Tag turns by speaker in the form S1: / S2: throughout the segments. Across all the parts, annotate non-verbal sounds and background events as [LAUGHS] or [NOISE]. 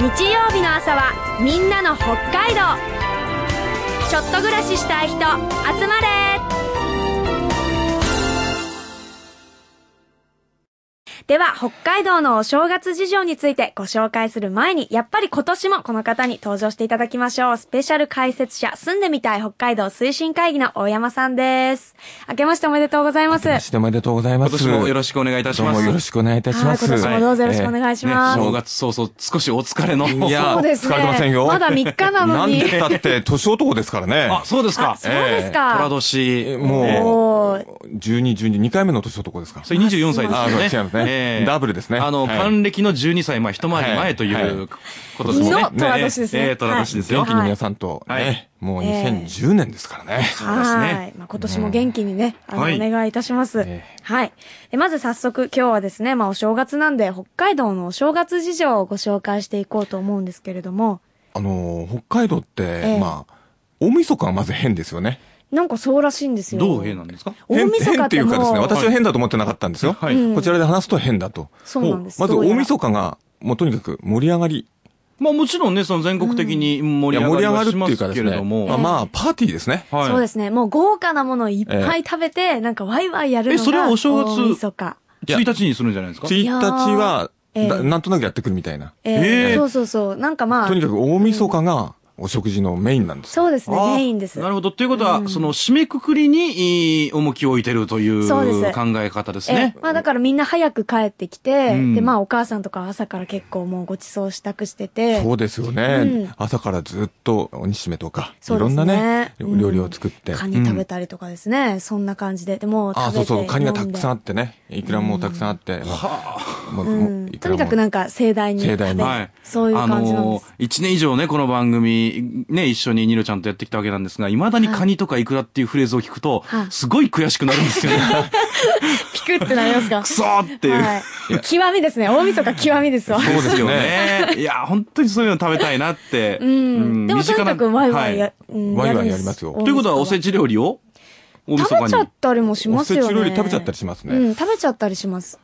S1: 日曜日の朝はみんなの北海道ちょっと暮らししたい人集まれでは北海道のお正月事情についてご紹介する前にやっぱり今年もこの方に登場していただきましょうスペシャル解説者住んでみたい北海道推進会議の大山さんです明けましておめでとうございます
S2: しておめでとうございま
S3: 今
S2: す。
S3: 年もよろ
S2: し
S3: しくお願いいたし
S2: どう
S3: ま
S2: も
S3: す。
S2: よろしくお願いいたします。
S1: はい今年もどうぞよろしくお
S2: い
S1: 願いし
S3: ね、
S1: ます、
S3: 正月早々少しお疲れの。
S2: いや
S1: そうですね。
S2: 疲れてませんよ
S1: だ3日なの
S2: なん
S1: に。
S2: でだって年男ですからね。
S3: あ、そうです
S1: あ、
S3: か。
S1: そうです
S3: 虎
S1: か。
S3: 年。
S2: もう
S1: おー
S2: 12、12、2回目の年男ですから。
S3: それ24歳
S2: あ、
S3: です
S2: 違
S3: よ
S2: うん
S3: ね。
S2: ですね。
S3: ええ
S2: ダブルですね。
S3: あの、
S2: はい
S3: 還暦の12歳、まあ、一回り前とい
S2: は
S3: うことですね。
S1: の虎年ですね
S3: ええ虎年ですよ。
S2: 元気
S1: は
S2: に
S1: い
S2: 皆さんと
S3: は
S2: ね
S3: い、
S2: もう
S1: ええ
S2: 2010年ですからね。
S3: そうですね
S1: はい。まあ、今年も元気にね、あの、
S3: はい
S1: お願いいたします。
S2: ええ
S1: はい。えまず早速、今日はですね、まあ、お正月なんで、北海道のお正月事情をご紹介していこうと思うんですけれども、
S2: あのー、北海道っ
S1: え
S2: て
S1: え、
S2: まあ、大晦日はまず変ですよね。
S1: なんかそうらしいんですよ。
S3: どう変なんですか
S1: 大
S2: 変
S1: 晦
S2: 変
S1: 日
S2: ってい
S1: も
S2: うかですね、私は
S3: はい
S2: 変だと思ってなかったんですよ。
S3: はい。
S1: うん
S2: こちらで話すと変だと。
S1: そうなんです。
S2: まず
S1: どうや
S2: 大
S1: ら
S2: 晦日が、もうとにかく盛り上がり。
S3: まあ、もちろんね、その全国的に
S2: い
S3: 盛
S2: や
S3: り
S2: 盛
S3: 上
S2: り
S3: がり
S2: 上が
S3: は
S2: るっ
S3: してま
S2: いう
S3: す
S2: かで
S3: け
S2: す
S3: れ
S2: ね。
S3: ども。
S2: まあまあ、パーティーですね。
S3: はい
S1: そうですね。もう豪華なものをいっぱい食べて、なんかワイワイやるのが、
S3: えそれはお正月
S1: 大晦日。
S2: いや
S3: 1日にするんじゃないですか。
S2: 1日は、
S1: いやーえ
S2: だ
S1: え
S2: なんとなくやってくるみたいな。
S1: ええ
S3: ええ
S1: そうそうそう。なんかまあ
S2: とに、かく大晦日がお食事のメインなんですよ。
S1: そうですね、
S3: あー
S1: メインです。
S3: なるほど。ということは、その、締めくくりに、いい重きを置いてるとい
S1: そうで
S3: う
S1: す
S3: 考え方です
S1: え
S3: ね
S1: え。まあだからみんな早く帰ってきて、
S3: うん
S1: でまあお母さんとか朝から結構もうごちそう支度してて、
S2: そうですよね。
S1: うん
S2: 朝からずっとお煮しめとか、い
S1: そうで
S2: ろ
S1: す
S2: ん
S1: ね
S2: なね、
S1: うん
S2: 料理を作って。
S1: カニ食べたりとかですね、そんな感じで。でもう食
S2: あ、そ
S1: べ
S2: う
S1: て
S2: そう、カニがた
S1: 飲ん
S2: く
S1: で
S2: さんあってね。いくらもたくさんあって。もう
S1: う
S2: もうんい
S1: と
S2: らも
S1: にかくなんか盛大に
S2: 盛
S1: 食
S2: 大
S1: べ
S2: に
S1: る、
S3: はい。
S1: そういう感じ
S3: あ
S1: なんで
S3: の
S1: す。
S3: ー、一年以上ね、この番組、ね、一緒にニロちゃんとやってきたわけなんですが、未だにカニとかイクラっていうフレーズを聞くと
S1: は、い
S3: すごい悔しくなるんです
S1: [LAUGHS]
S3: よね。
S1: ピクってなりますか
S3: くそーっていう。
S1: はい。極みですね。大晦日極みですわ。
S2: そうですよね。
S3: ねいや、本当にそういうの食べたいなって。
S1: うん。でもとにかくワイワイや、うん
S2: ワイワイ
S1: るん
S2: や
S1: で
S2: りますよ
S1: 大晦日
S3: ということは、おせち料理を大晦
S1: 食べち
S3: 日
S1: ゃ
S3: に
S1: っ。たりもしますよね。
S2: おせち料理食べちゃったりしますね
S1: うん、食べちゃったりします。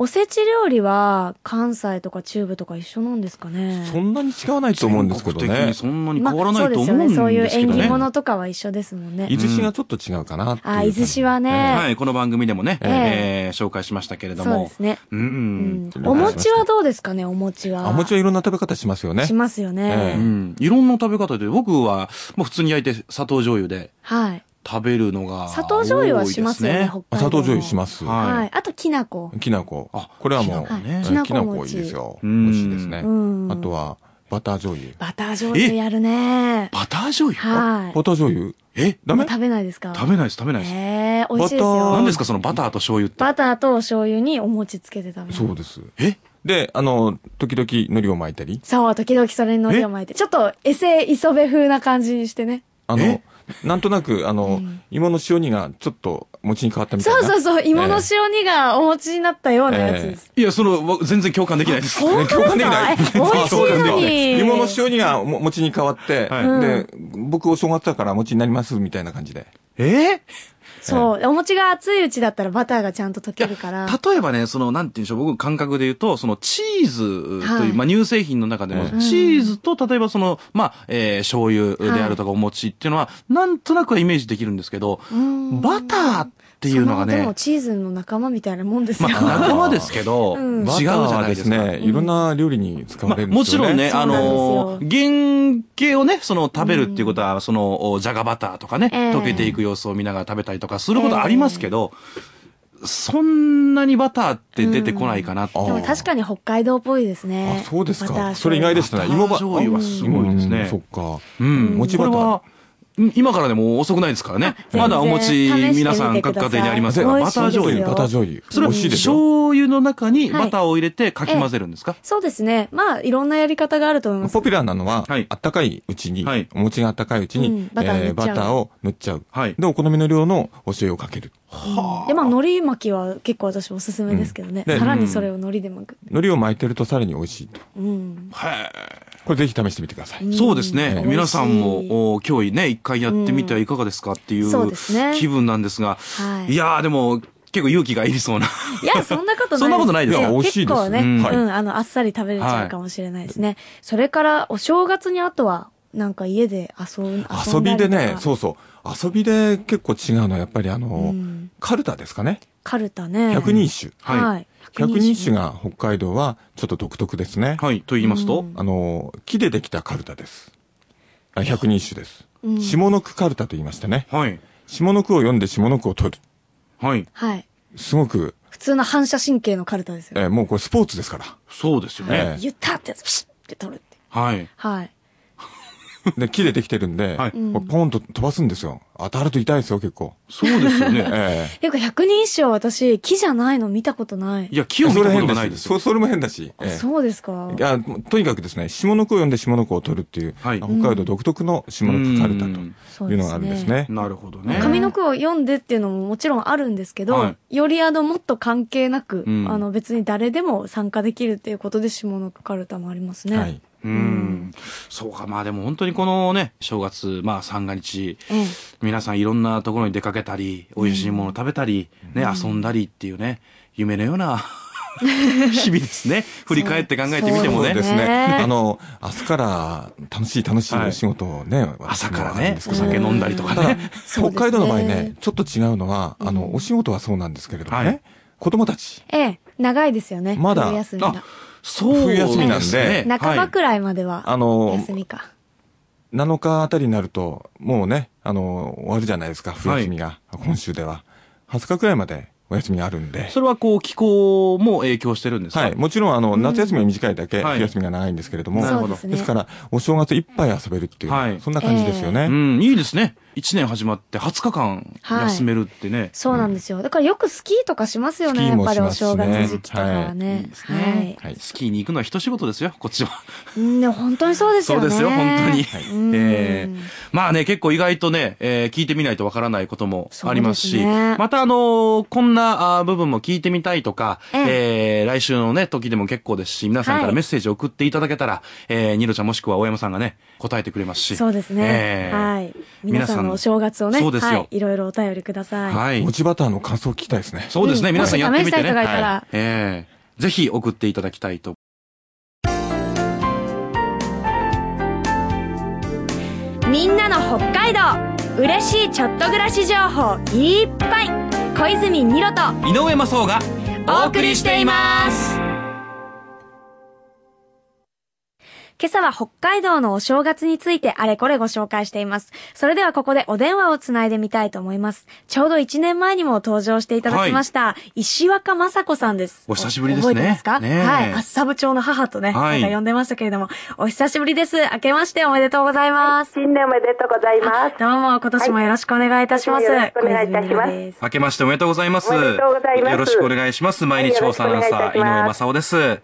S1: おせち料理は、関西とか中部とか一緒なんですかね。
S2: そんなに違わないと思うんですけど
S3: 全国的
S2: ね
S3: に。そんなに変わらないと思うんですけ
S1: まあそ
S3: ど
S1: うで
S3: ね。
S1: すよね。そういう縁起物とかは一緒ですもんね
S2: 伊。豆市がちょっと違うかなっていう
S1: あ、伊豆市はね。
S3: はい、この番組でもね、
S1: え
S3: えー紹介しましたけれど
S1: そうで
S3: も
S1: す。ね。
S3: う
S1: うんん。お餅はどうですかね、お餅は。
S2: あ、もちろんいろんな食べ方しますよね
S1: し。ますよ
S2: え
S3: う
S1: ね。
S2: え
S3: ん。いろんな食べ方で、僕は、もう普通に焼いて砂糖醤油で
S1: はい。
S3: 食べるのが。
S1: 砂糖醤油はしますよね、
S3: 多い
S1: 北海道
S2: あ
S1: の。
S2: 砂糖醤油します。
S3: は
S1: はい。あと、きな粉。
S2: きな粉
S3: あ。
S2: これはもう、
S1: はい
S3: ね
S2: え
S1: きな
S2: ーきな
S1: 粉
S2: 粉いい
S1: 餅。
S2: ですよ。美
S3: うん
S2: 味しいですね
S1: うん。
S2: あとは、バター醤油。
S1: バター醤油やるね。
S3: バター醤油
S1: はい。
S2: バター醤油
S3: え
S2: ダメ
S1: 食べないですか
S3: 食べないです、食べないです。
S1: ええ美味しいです
S2: バター
S1: よ
S3: 何。ですか、そのバターと醤油って。
S1: バターとお醤油にお餅つけて食べる。
S2: そうです。
S3: え
S2: で、あの、時々海苔を巻いたり、
S1: そう、時々それに海苔を巻いて。ちょっと、エセ磯部風な感じにしてね。
S2: あの
S3: え、
S2: なんとなく、あの、芋の塩煮がちょっと餅に変わったみたい
S1: そ
S2: な。
S1: うそうそう、芋の塩煮がお餅になったようなやつです。
S3: いや、その、わ全然共感できないです。
S1: 本当ですかえ
S3: [LAUGHS]
S1: 美味し
S2: そうです
S1: い
S2: ね
S1: のに。
S2: 芋の塩煮がも餅に変わって、
S3: はい
S2: で、僕お正月だから餅になりますみたいな感じで。
S3: え
S1: そう、お餅が熱いうちだったらバターがちゃんと溶けるから。
S3: 例えばね、その、なんていうんでしょう、僕感覚で言うと、その、チーズと
S1: はい
S3: いう、まあ、乳製品の中でも、
S2: う
S3: チーズと、例えばその、まあ、えー醤油であるとかお餅っていうのは、なんとなくはイメージできるんですけど、
S1: ん
S3: バターっていうのが
S1: そで
S3: ね
S1: も、チーズの仲間みたいなもんですよ
S3: ま。あ、仲間ですけど、
S1: うん
S3: 違う
S2: バター
S3: じゃない
S2: は
S3: で
S2: ですす
S3: か。
S2: ね、いろんな料理に使わ
S3: ま
S2: れ
S3: あ、
S2: るんで
S3: も
S2: す
S3: ち
S2: よね。
S3: ろんね、
S1: そうな
S3: あ
S1: んですよ
S3: のー原型をね、その食べるっていうことは、その、おじゃがバターとかね、
S1: ええ
S3: 溶けていく様子を見ながら食べたりとかすることありますけど、そんなにバターって出てこないかなって。
S2: うん
S1: [LAUGHS] でも確かに北海道っぽいですね。
S2: あ、そうです
S1: バター醤
S2: か。
S1: 油
S2: それ意外でしたね。芋
S3: バ
S2: ば
S3: ター醤油はすごいですね
S2: うんそっか。
S3: うん。
S2: 餅
S3: こ
S2: バ
S3: れ
S2: ター
S3: は、ん今からでも遅くないですからね。
S1: 全然
S3: まだお餅、皆さん
S1: 試してみてく
S3: 各
S1: ださい
S3: 家庭にあります
S2: で
S3: が、
S1: 美
S3: バ
S1: 味しい
S3: ター
S1: ですよ
S3: 醤油。
S2: バター醤油。
S3: それ
S2: 美
S3: は
S2: 味しいでしょ。
S3: 醤油の中に
S1: はい
S3: バターを入れてかき混ぜるんですか、
S1: そうですね。まあ、いろんなやり方があると思います。
S2: ポピュラーなのは、
S3: はい
S2: あったかいうちに、
S3: はい
S2: お餅があったかいうちに、
S1: うんバター
S2: え
S1: 塗っちゃう
S2: ーバターを塗っちゃう。
S3: はい
S2: で、お好みの量のお塩をかける。
S1: で、まあ、海苔巻きは結構私おすすめですけどね。
S2: うんで
S1: さらにそれを海苔で巻く。
S2: 海苔を巻いてるとさらに美味しいと。
S1: うん。
S3: はい。
S2: これぜひ試してみてください。
S3: そうです
S2: う
S3: ね。
S1: ん
S3: 皆さん
S1: 美味しい
S3: も、お今日ね、一回やってみてはいかがですかってい
S1: そう
S3: う
S1: ですね
S3: 気分なんですが
S1: は、い
S3: いやーでも、結構勇気がいりそうな。 [LAUGHS]
S1: いや、そんな
S2: [LAUGHS]
S1: ことないです。
S3: そんなことないですか
S1: や
S2: 美味しい
S1: 結
S2: です
S1: 構ね、
S3: うん
S2: はい
S1: うん、あの、あっさり食べれちゃうかもしれないですね。それから、お正月にあとは、なんか家で遊ん
S2: 遊びでね、
S1: う。
S2: そうそう。遊びで結構違うのは、やっぱりあの、
S1: うん
S2: カルタですかね。
S1: カルタね。
S2: 百人一首。
S3: はい
S1: はい。
S2: 百人一首
S1: が。
S2: が北海道はちょっと独特ですね。
S3: はい。と言います
S1: う
S3: と、
S1: ん
S2: あの、木でできたカルタです。あ百人一首です。
S1: うん
S2: 下の句カルタと言いましてね。
S3: はい。
S2: 下の句を読んで下の句を取る。
S3: はい。
S1: はい。
S2: すごく、
S1: 普通の反射神経のカルタですよ。
S2: えーもうこれスポーツですから。
S3: そうですよ
S2: え
S3: ね。
S1: 言ったってやつ、ピシッって取るって。
S3: はい。
S1: はい。
S2: で、木でできてるんで、
S3: はい
S2: こうポンと飛ばすんですよ。当たると痛いですよ、結構。
S3: そうです
S2: [LAUGHS]
S3: よね。
S2: え
S1: ていうか、百人一首は私、木じゃないの見たことない。
S3: いや、木
S2: え
S3: を見
S2: そ
S3: た
S2: れ
S3: こと
S2: 変
S3: が
S2: だ
S3: な
S2: し。
S3: いです
S2: そ
S3: よ。
S2: それも変だし。
S1: あ
S2: ええ
S1: そうですか
S2: い。やとにかくですね、下の句を読んで下の句を取るっていう、
S3: はい
S2: まあ北海道独特の下の句カルタと
S3: うん
S1: そう
S2: いう
S1: で
S2: の
S1: す
S2: があるんです
S1: ね。
S2: ね。
S3: なるほどね。
S1: 上の句を読んでっていうのももちろんあるんですけど、
S3: は
S1: よりあのもっと関係なく、
S3: うん
S1: あの別に誰でも参加できるっていうことで下の句カルタもありますね。
S2: はい。
S3: うん。そうか、まあでも本当にこのね、正月、まあ三が日、
S1: ええ
S3: 皆さんいろんなところに出かけたり、美味しいもの食べたり、ね、遊んだりっていうね、夢のような日々ですね。振り返って考えてみても
S2: そうで
S3: ね。
S2: すね。
S1: ね
S2: あの、明日から楽しい楽しいお仕事をね、私
S3: 朝
S2: も
S3: か
S2: あ
S3: ら
S2: るん
S3: ね
S2: で、す
S3: お
S2: けど
S3: 酒飲んだりとかね。
S1: [LAUGHS] そうですね
S2: 北海道の場合ね、ちょっと違うのは、あの、お仕事はそうなんですけれどもね、
S3: はい
S2: 子供たち、
S1: ええ、長いですよね。
S2: まだ
S1: 冬休み
S3: あ
S1: が。、
S3: そうです
S2: 冬休みなん
S3: ね
S2: で
S3: はい
S1: 半ばくらいまでは、
S2: あの、
S1: 休みか。
S2: 7日あたりになると、もうね、あの、終わるじゃないですか、冬休みが、今週では。20日くらいまでお休みがあるんで。
S3: それはこう、気候も影響してるんですか
S2: はい。。もちろん、あの、夏休みは短いだけ、
S3: はい
S2: 冬休みが長いんですけれども。
S3: なるほ
S1: そう
S3: ど
S1: ですね
S2: ですから、お正月いっぱい遊べるっていう、
S3: はい
S2: そんな感じですよね。
S3: うん、いいですね。1年始まって20日間
S1: はい
S3: 休めるってね。
S1: そうなんですよ。だからよくスキーとかしますよ
S2: ス
S1: ね、
S2: キ
S1: や
S2: ー
S1: っ
S2: も
S1: ぱり
S2: し
S1: お
S2: ますね
S1: 正月時期とかは
S2: はいい
S1: ね
S2: い。
S3: ですね
S1: はい。
S2: はい
S3: スキーに行くのは一仕事ですよ、こっちは。
S1: うん、でも本当にそうです
S3: そ
S1: よ
S3: う
S1: ね。
S3: ですよ、本当に。
S1: うん
S3: えーまあね、結構意外とね、えー聞いてみないとわからないこともありますし、
S1: そうですね
S3: またあのーこんなあー部分も聞いてみたいとか、
S1: え
S3: えー来週のね、時でも結構ですし、皆さんか
S1: は
S3: ら
S1: い
S3: メッセージを送っていただけたら、えーニロちゃんもしくは大山さんがね、答えてくれますし。
S1: そうですね
S3: え。ー
S1: はい。皆さんのお正月をね、
S3: そうですよ
S1: はい。いろいろお便りください。
S3: はい
S2: 餅バターの感想を聞きたいですね。
S3: そうですね、
S1: うん
S3: 皆さんやってみ
S1: も
S3: て
S1: し試したい
S3: ね。
S1: 人がいたら
S3: いえーぜひ送っていただきたいと。
S1: みんなの北海道嬉しいちょっと暮らし情報いっぱい小泉二郎と
S3: 井上正雄が
S1: お送りしています。今朝は北海道のお正月についてあれこれご紹介しています。それではここでお電話をつないでみたいと思います。ちょうど1年前にも登場していただきました、石若雅子さんです。
S3: お久しぶりですね
S1: 覚えてますか、
S3: ねえ
S1: はい。厚沢部長の母とね、
S3: はい
S1: なんか呼んでましたけれども、お久しぶりです。明けましておめでとうございます。
S4: 新年おめでとうございます。
S1: どうも、今年もよろしくお願いいたします。
S4: はいよろしくお願いいたします
S1: 小泉です
S3: 明けましておめでとうございます。
S4: おめでとうございます
S3: よろしくお願いします。毎日放送アナウンサ
S4: はい
S3: ー、井
S4: よろしくお願
S3: 上
S4: いいたし
S3: 正雄です。
S4: はい。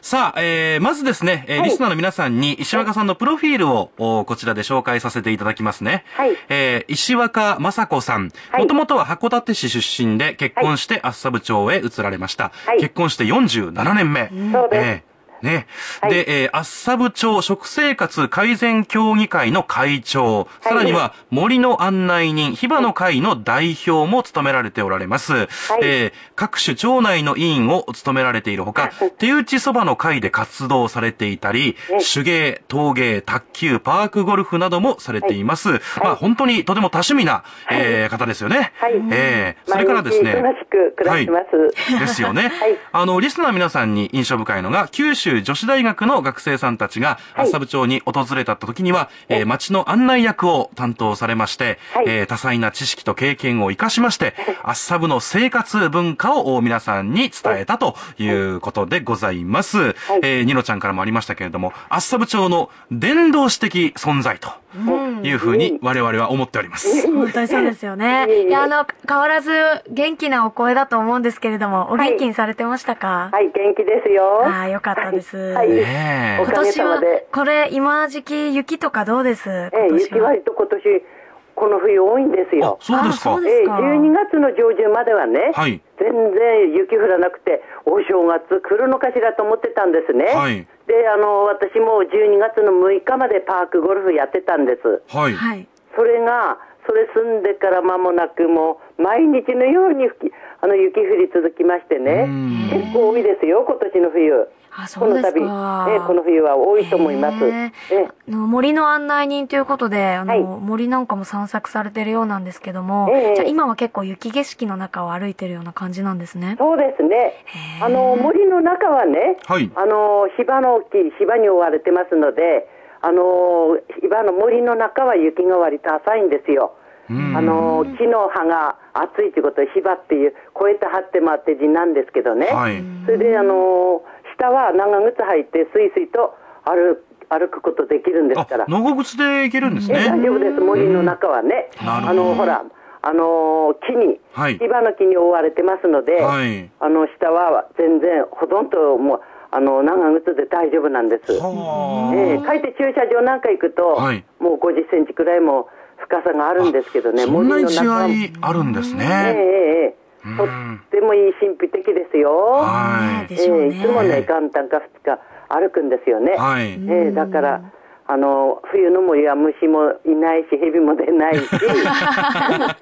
S3: さあ、えー、まずですね、えー
S4: はい
S3: リスナーの皆さんに石若さんのプロフィールを、おこちらで紹介させていただきますね。
S4: はい
S3: えー、石若雅子さん。
S4: はい
S3: もともとは函館市出身で、結婚して厚沢部町へ移られました。
S4: はい
S3: 結婚して47年目。
S4: そうです
S3: えーね。
S4: はい
S3: で、えー、厚沢部町食生活改善協議会の会長、さらには森の案内人、ヒバの会の代表も務められておられます。えー各種町内の委員を務められているほか、手打ちそばの会で活動されていたり、
S4: はい
S3: 手芸、陶芸、卓球、パークゴルフなどもされています。まあ本当にとても多趣味な、えー方ですよね。
S4: はい
S3: えーそれ
S4: 毎日
S3: からですね。
S4: 楽しく暮らしてます。
S3: ですよね。
S4: はい
S3: あの、リスナーの皆さんに印象深いのが、九州女子大学の学生さんたちが、厚沢部町に訪れた時には、えー町の案内役を担当されまして、
S4: はい
S3: えー多彩な知識と経験を生かしまして、厚沢部の生活文化を皆さんに伝えたということでございます。えーニロちゃんからもありましたけれども、厚沢部町の伝道師的存在というふうに我々は思っております。
S1: 本当にそうですよね
S4: [LAUGHS] いえい。え
S1: いや、あの、変わらず元気なお声だと思うんですけれども、お元気にされてましたか、
S4: はい、元気ですよ。
S1: ああ、よかったです。
S4: はい
S3: ねえ
S4: お
S1: 今
S4: かげ
S1: 年
S4: さま
S1: は
S4: で、
S1: これ、今時期、雪とかどうです
S4: ええ、
S1: 今年
S4: 雪割と今年、この冬多いんで
S3: あ
S4: すよ、。
S3: そうです
S1: あ
S3: か
S1: そうで。
S4: え
S1: す
S4: え、
S1: か
S4: 12月の上旬まではね、
S3: はい
S4: 全然雪降らなくて、お正月来るのかしらと思ってたんですね。
S3: はい
S4: で、あの、私も12月の6日までパークゴルフやってたんです。
S3: はい。
S1: はい。
S4: それが、それ住んでから間もなくもう毎日のように吹きあの雪降り続きましてね
S3: うん
S4: 結構多いですよ今年の冬
S1: あそうですか
S4: この度、ええこの冬は多いと思います
S1: へ
S4: え
S1: え
S4: え
S1: あの森の案内人ということで、あの、
S4: はい
S1: 森なんかも散策されてるようなんですけども、
S4: ええ
S1: じゃあ今は結構雪景色の中を歩いてるような感じなんですね。
S4: そうですね
S1: へえ
S4: あの森の中はね、
S3: はい
S4: あの芝の大きい芝に覆われてますのであの芝の森の中は雪が割と浅いんですよ
S3: うん
S4: あの木の葉が厚いということで芝っていう越えて張って回って字なんですけどね、
S3: はい
S4: それであの下は長靴履いてスイスイと歩歩くことできるんです
S3: あ
S4: から、
S3: 野後靴で行けるんです
S4: え
S3: ね。
S4: 大丈夫です森の中はね
S3: なるほど
S4: あのほらあの木に、
S3: はい
S4: 芝の木に覆われてますので、
S3: はい
S4: あの下は全然ほとんどもうあの長靴で大丈夫なんです。
S3: はあ。
S4: ええ、かえって駐車場なんか行くと、
S3: はい
S4: もう50センチくらいも深さがあるんですけどね、
S3: そんなに
S4: 森の中は
S3: 違いあるんです
S4: ええ
S3: ね。
S4: ええええとってもいい神秘的ですよ。
S3: は
S1: ねで
S4: え
S1: しょう
S4: え
S1: ね。
S4: いつもね、元旦か2日歩くんですよね。
S3: い。はい。
S4: ええだから、あの、冬の森は虫もいないし、蛇も出ないし、すごくね、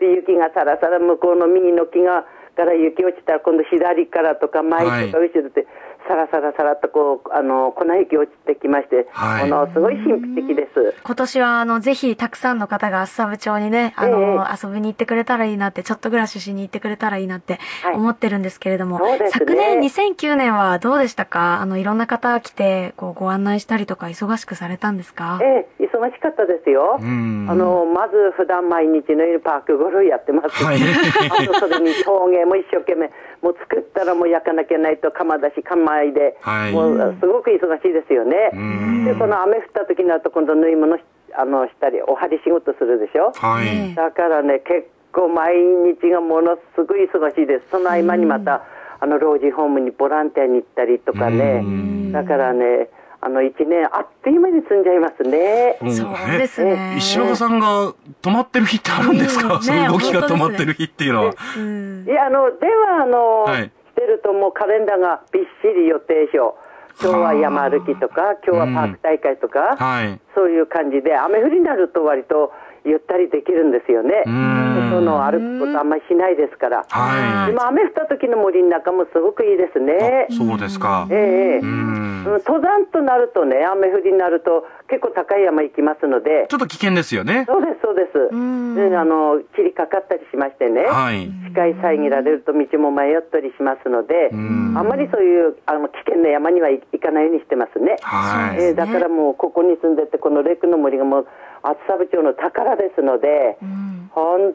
S4: で雪がさらさら向こうの右の木が、から雪落ちたら今度左からとか前とか
S3: は
S4: 後ろで、さらさらさらっとこう、あの、粉雪落ちてきまして、
S3: はい
S4: あの、すごい神秘的です。
S1: 今年はあの、ぜひたくさんの方が厚沢部町にね、あの、遊びに行ってくれたらいいなって、ちょっと暮らししに行ってくれたらいいなって
S4: はい
S1: 思ってるんですけれども、
S4: そうですね
S1: 昨年2009年はどうでしたかあの、いろんな方来て、こう、ご案内したりとか忙しくされたんですか
S4: ええ忙しかったですよ。あ
S3: ん
S4: の、まず普段毎日のようにパークゴルフやってます。
S3: はい
S4: [LAUGHS] あとそれに陶芸も一生懸命、もう作ったらもう焼かなきゃないと釜出し、釜入れ、
S3: はい
S4: もうすごく忙しいですよね。で、この雨降った時になると今度縫い物しあのしたり、お針仕事するでしょ。
S3: はい。
S1: ね
S4: だからね、結構毎日がものすごい忙しいです。その合間にまた、あの、老人ホームにボランティアに行ったりとかね。だからね、あの、一年あっという間に済んじゃいますね。
S3: も
S1: そうですね。
S3: 石岡さんが止まってる日ってあるんですか、
S1: うん
S3: その動きが
S1: ね
S3: 止まってる日っていうのは。
S1: うん
S4: いや、あの、では、あの、
S3: はい
S4: してるともうカレンダーがびっしり予定表。今日は山歩きとか、今日はパーク大会とか、
S3: はい。
S4: そういう感じで、雨降りになると割とゆったりできるんですよね。
S3: ん
S4: 外の歩くことあんまりしないですから。
S3: は
S4: でも雨降った時の森の中もすごくいいですね
S3: い。。そうですか。
S4: ええええ
S3: う
S4: う
S3: ん。
S4: ん登山となるとね、雨降りになると結構高い山行きますので
S3: ち、ょっと危険ですよね。
S4: そうです、そうです。
S1: うん
S4: であの、霧かかったりしましてね。
S3: はい。
S4: 視界遮られると道も迷ったりしますので、
S3: ん
S4: あんまりそういうあの危険な山には行行かないようにしてますね。
S3: はい
S4: えーだからもうここに住んでてこのレクの森がもう厚沢部町の宝ですので、本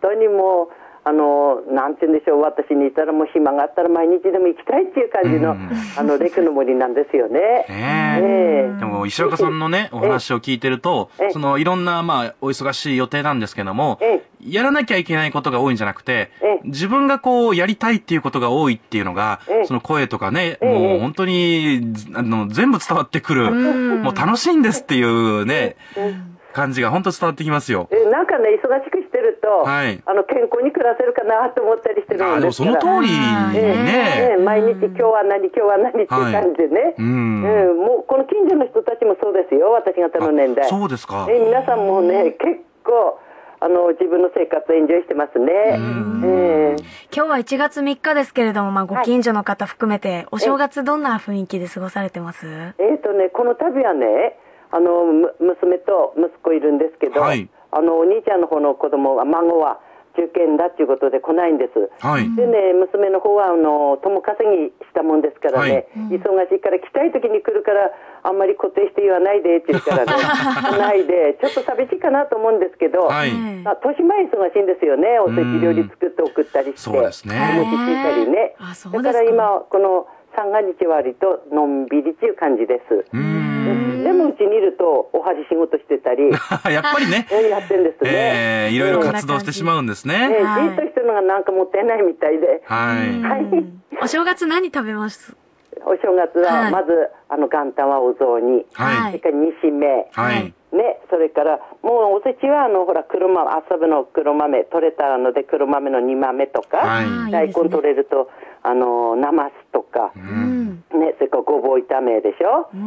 S4: 当にもう。あのなんて言うんでしょう私にいたらもう暇があったら毎日でも行きたいっていう感じの、
S3: うん
S4: あのレクの森なんですよね。
S3: ね
S4: ええ
S3: でも、石岡さんのね、お話を聞いてると
S4: ええ、
S3: その、いろんな、まあ、お忙しい予定なんですけども
S4: え、
S3: やらなきゃいけないことが多いんじゃなくて
S4: ええ、
S3: 自分がこう、やりたいっていうことが多いっていうのが
S4: ええ、
S3: その声とかね、
S4: ええ
S3: もう本当に、ずあの、全部伝わってくる、もう楽しいんですっていうね、感じが本当伝わってきますよ。
S4: えーなんかね忙しくしてると、
S3: はい
S4: あの健康に暮らせるかなと思ったりしてる
S3: ああ、
S4: ん
S3: でも
S4: です
S3: そ
S4: から
S3: の通りに
S4: え
S3: ね、
S4: え毎日今日は何今日は何っていう感じでね、
S3: うん
S4: ええもうこの近所の人たちもそうですよ私方の年代
S3: あそうですか
S4: ええ皆さんもね結構あの自分の生活をエンジョイしてますね、ええ
S1: 今日は1月3日ですけれども、まあ、ご近所の方含めて、お正月どんな雰囲気で過ごされてます
S4: えーとね、この度はね、あのむ娘と息子いるんですけど、
S3: はい
S4: あのお兄ちゃんの方の子供は孫は中堅だっていうことで来ないんです。
S3: はい
S4: でね、娘の方はあの共稼ぎしたもんですからね、忙しいから来たい時に来るから、あんまり固定して言わないでって言
S3: [LAUGHS]
S4: うからね、来ないで、ちょっと寂しいかなと思うんですけど、
S3: はい
S4: まあ、年前忙しいんですよね、おせち料理作って送ったりして、
S3: そうですね
S4: お餅ついたりね。
S1: あそう
S4: だ
S1: で
S4: か
S1: すから
S4: 今、この三が日は割とのんびりっていう感じです。でもうちにいると、お針仕事し
S3: [LAUGHS]
S4: てたり、
S3: [LAUGHS] やっぱりね、
S4: えやってんですね。
S3: ええ、いろいろ活動してしまうんですね。
S4: ええじっとしてるのがなんかもったいないみたいで、
S3: はい。
S4: はい。
S1: お正月何食べます
S4: お正月
S1: は
S4: は、
S1: い
S4: まず、あの、元旦はお雑煮。
S3: はい
S4: それから、煮しめ。
S3: はい。
S4: ね、それから、もうおせちは、あの、ほら、黒豆、浅部の黒豆、取れたので、黒豆の煮豆とか、
S3: はい
S1: ああいい
S4: 大
S1: です
S4: 根
S1: ね
S4: 取れると、あの、なますとか、
S1: うん。
S4: ね、それからごぼう炒めでしょ、
S1: うん。
S4: う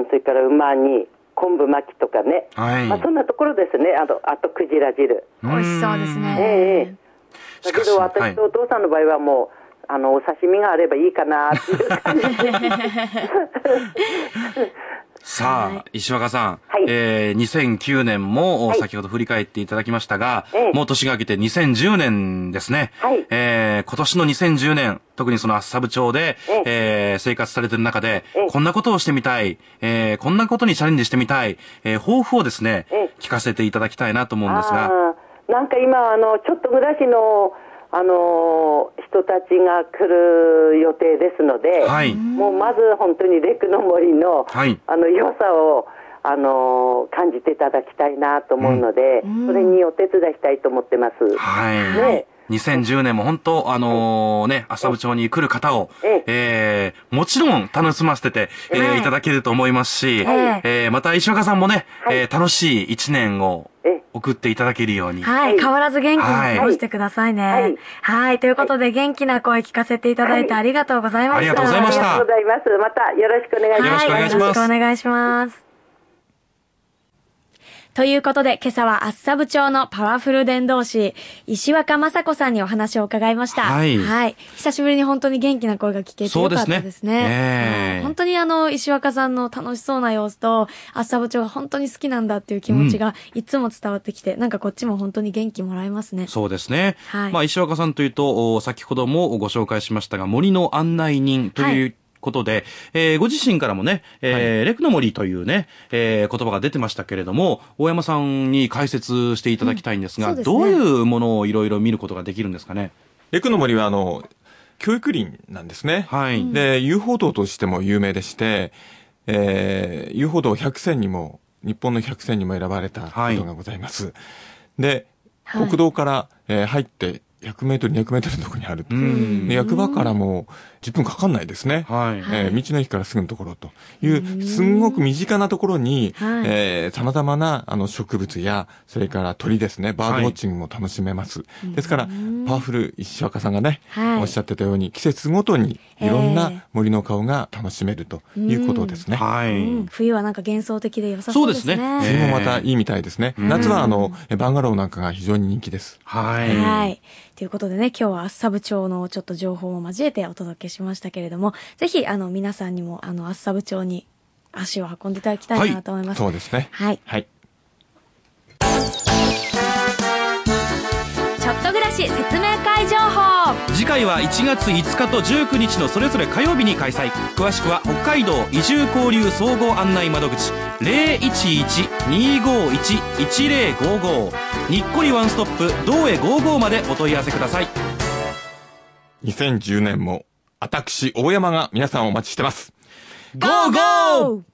S4: ん、それから馬に、昆布巻きとかね、
S3: はい
S4: まあ、そんなところですねあとあとクジラ汁
S3: 美
S5: 美味しそうですね。
S4: ええ
S3: し
S4: だ
S3: か
S4: け
S3: し
S4: ど私とお父さんの場合はもう、あのお刺身があればいいかなっていう感じ
S3: さあ、石若さん、
S4: はい
S3: えー、2009年も、
S4: はい
S3: 先ほど振り返っていただきましたが、
S4: ええ
S3: もう年が明けて2010年ですね。
S4: はい
S3: えー、今年の2010年、特にその厚沢部町で、
S4: え
S3: え
S4: え
S3: ー生活されてる中で、
S4: ええ
S3: こんなことをしてみたい、えー、こんなことにチャレンジしてみたい、えー、抱負をですね、
S4: ええ
S3: 聞かせていただきたいなと思うんです
S4: あ
S3: が、
S4: ーなんか今あのちょっと暮らしのあの人たちが来る予定ですので、
S3: はい
S4: もうまず本当にレクの森の、
S3: はい
S4: あの良さをあの感じていただきたいなと思うので、それにお手伝いしたいと思ってます。
S3: はい。
S4: ね
S3: 2010年も本当、あのーね、浅部町に来る方を、
S4: ええ
S3: えーもちろん楽しませて、えー
S1: ええ
S3: いただけると思いますし、え
S1: え
S3: ーまた石岡さんもね、
S4: はい
S3: えー楽しい一年を
S4: え
S3: 送っていただけるように。
S1: はい、
S4: はい
S1: 変わらず元気に過ごしてくださいね。は、
S4: はいい
S1: はいということで元気な声聞かせていただいてありがとうございました。
S3: ありがとうございました
S4: ありがとうございます。またよろしくお願いし
S3: よ
S4: ま
S3: ろ
S4: す。
S3: しくお願いします
S1: はよろしくお願いします。ということで、今朝は厚沢部町のパワフル伝道師、石若雅子さんにお話を伺いました。
S3: はい
S1: 久しぶりに本当に元気な声が聞けて
S3: そう
S1: よ
S3: で
S1: かっ
S3: すね
S1: たですね。
S3: え
S1: う
S3: え
S1: ん本当にあの、石若さんの楽しそうな様子と、厚沢部町が本当に好きなんだっていう気持ちがいつも伝わってきて、なんかこっちも本当に元気もらえますね。
S3: そうですね。
S1: はい
S3: まあ、石若さんというと、お先ほどもご紹介しましたが、森の案内人と
S1: は
S3: いう
S1: い
S3: ことで、えーご自身からもね、えーレクの森というね、えー言葉が出てましたけれども、大山さんに解説していただきたいんですが、
S1: うんそうですね
S3: どういうものをいろいろ見ることができるんですかね。
S2: レクの森は、あの、教育林なんですね。
S3: はい。
S2: で、遊歩道としても有名でして、えー、遊歩道100選にも、日本の100選にも選ばれたことがございます。で、
S1: はい
S2: 国道から、えー入って100メートル、200メートルのところにある。
S3: うん
S2: で役場からも10分かかんないですね。
S3: はい。
S2: えー道の駅からすぐのところという、すんごく身近なところに、
S1: はい
S2: えー、様々なあの植物や、それから鳥ですね、バードウォッチングも楽しめます。ですから、パワフル石若さんがね、
S1: はい
S2: おっしゃってたように、季節ごとにいろん
S1: ええ
S2: な森の顔が楽しめるということですね。
S3: は
S1: うん
S3: い。
S1: 冬はなんか幻想的で良さそうですね。
S3: そうですね
S2: それもまたいいみたいですね。夏はあの、バンガローなんかが非常に人気です。
S3: はい。
S1: はい。ということでね、今日は厚沢部町のちょっと情報も交えてお届けしましたけれども、ぜひ、あの、皆さんにも、あの、厚沢部町に足を運んでいただきたいなと思います。
S2: そうですね。
S1: はい。
S2: はい。
S1: ちょっと暮らし説明会情報
S3: 次回は1月5日と19日のそれぞれ火曜日に開催詳しくは北海道移住交流総合案内窓口011-251-1055にっこりワンストップ道へ55までお問い合わせください
S2: 2010年も、私、大山が皆さんをお待ちしてます。
S3: ゴーゴー
S1: ー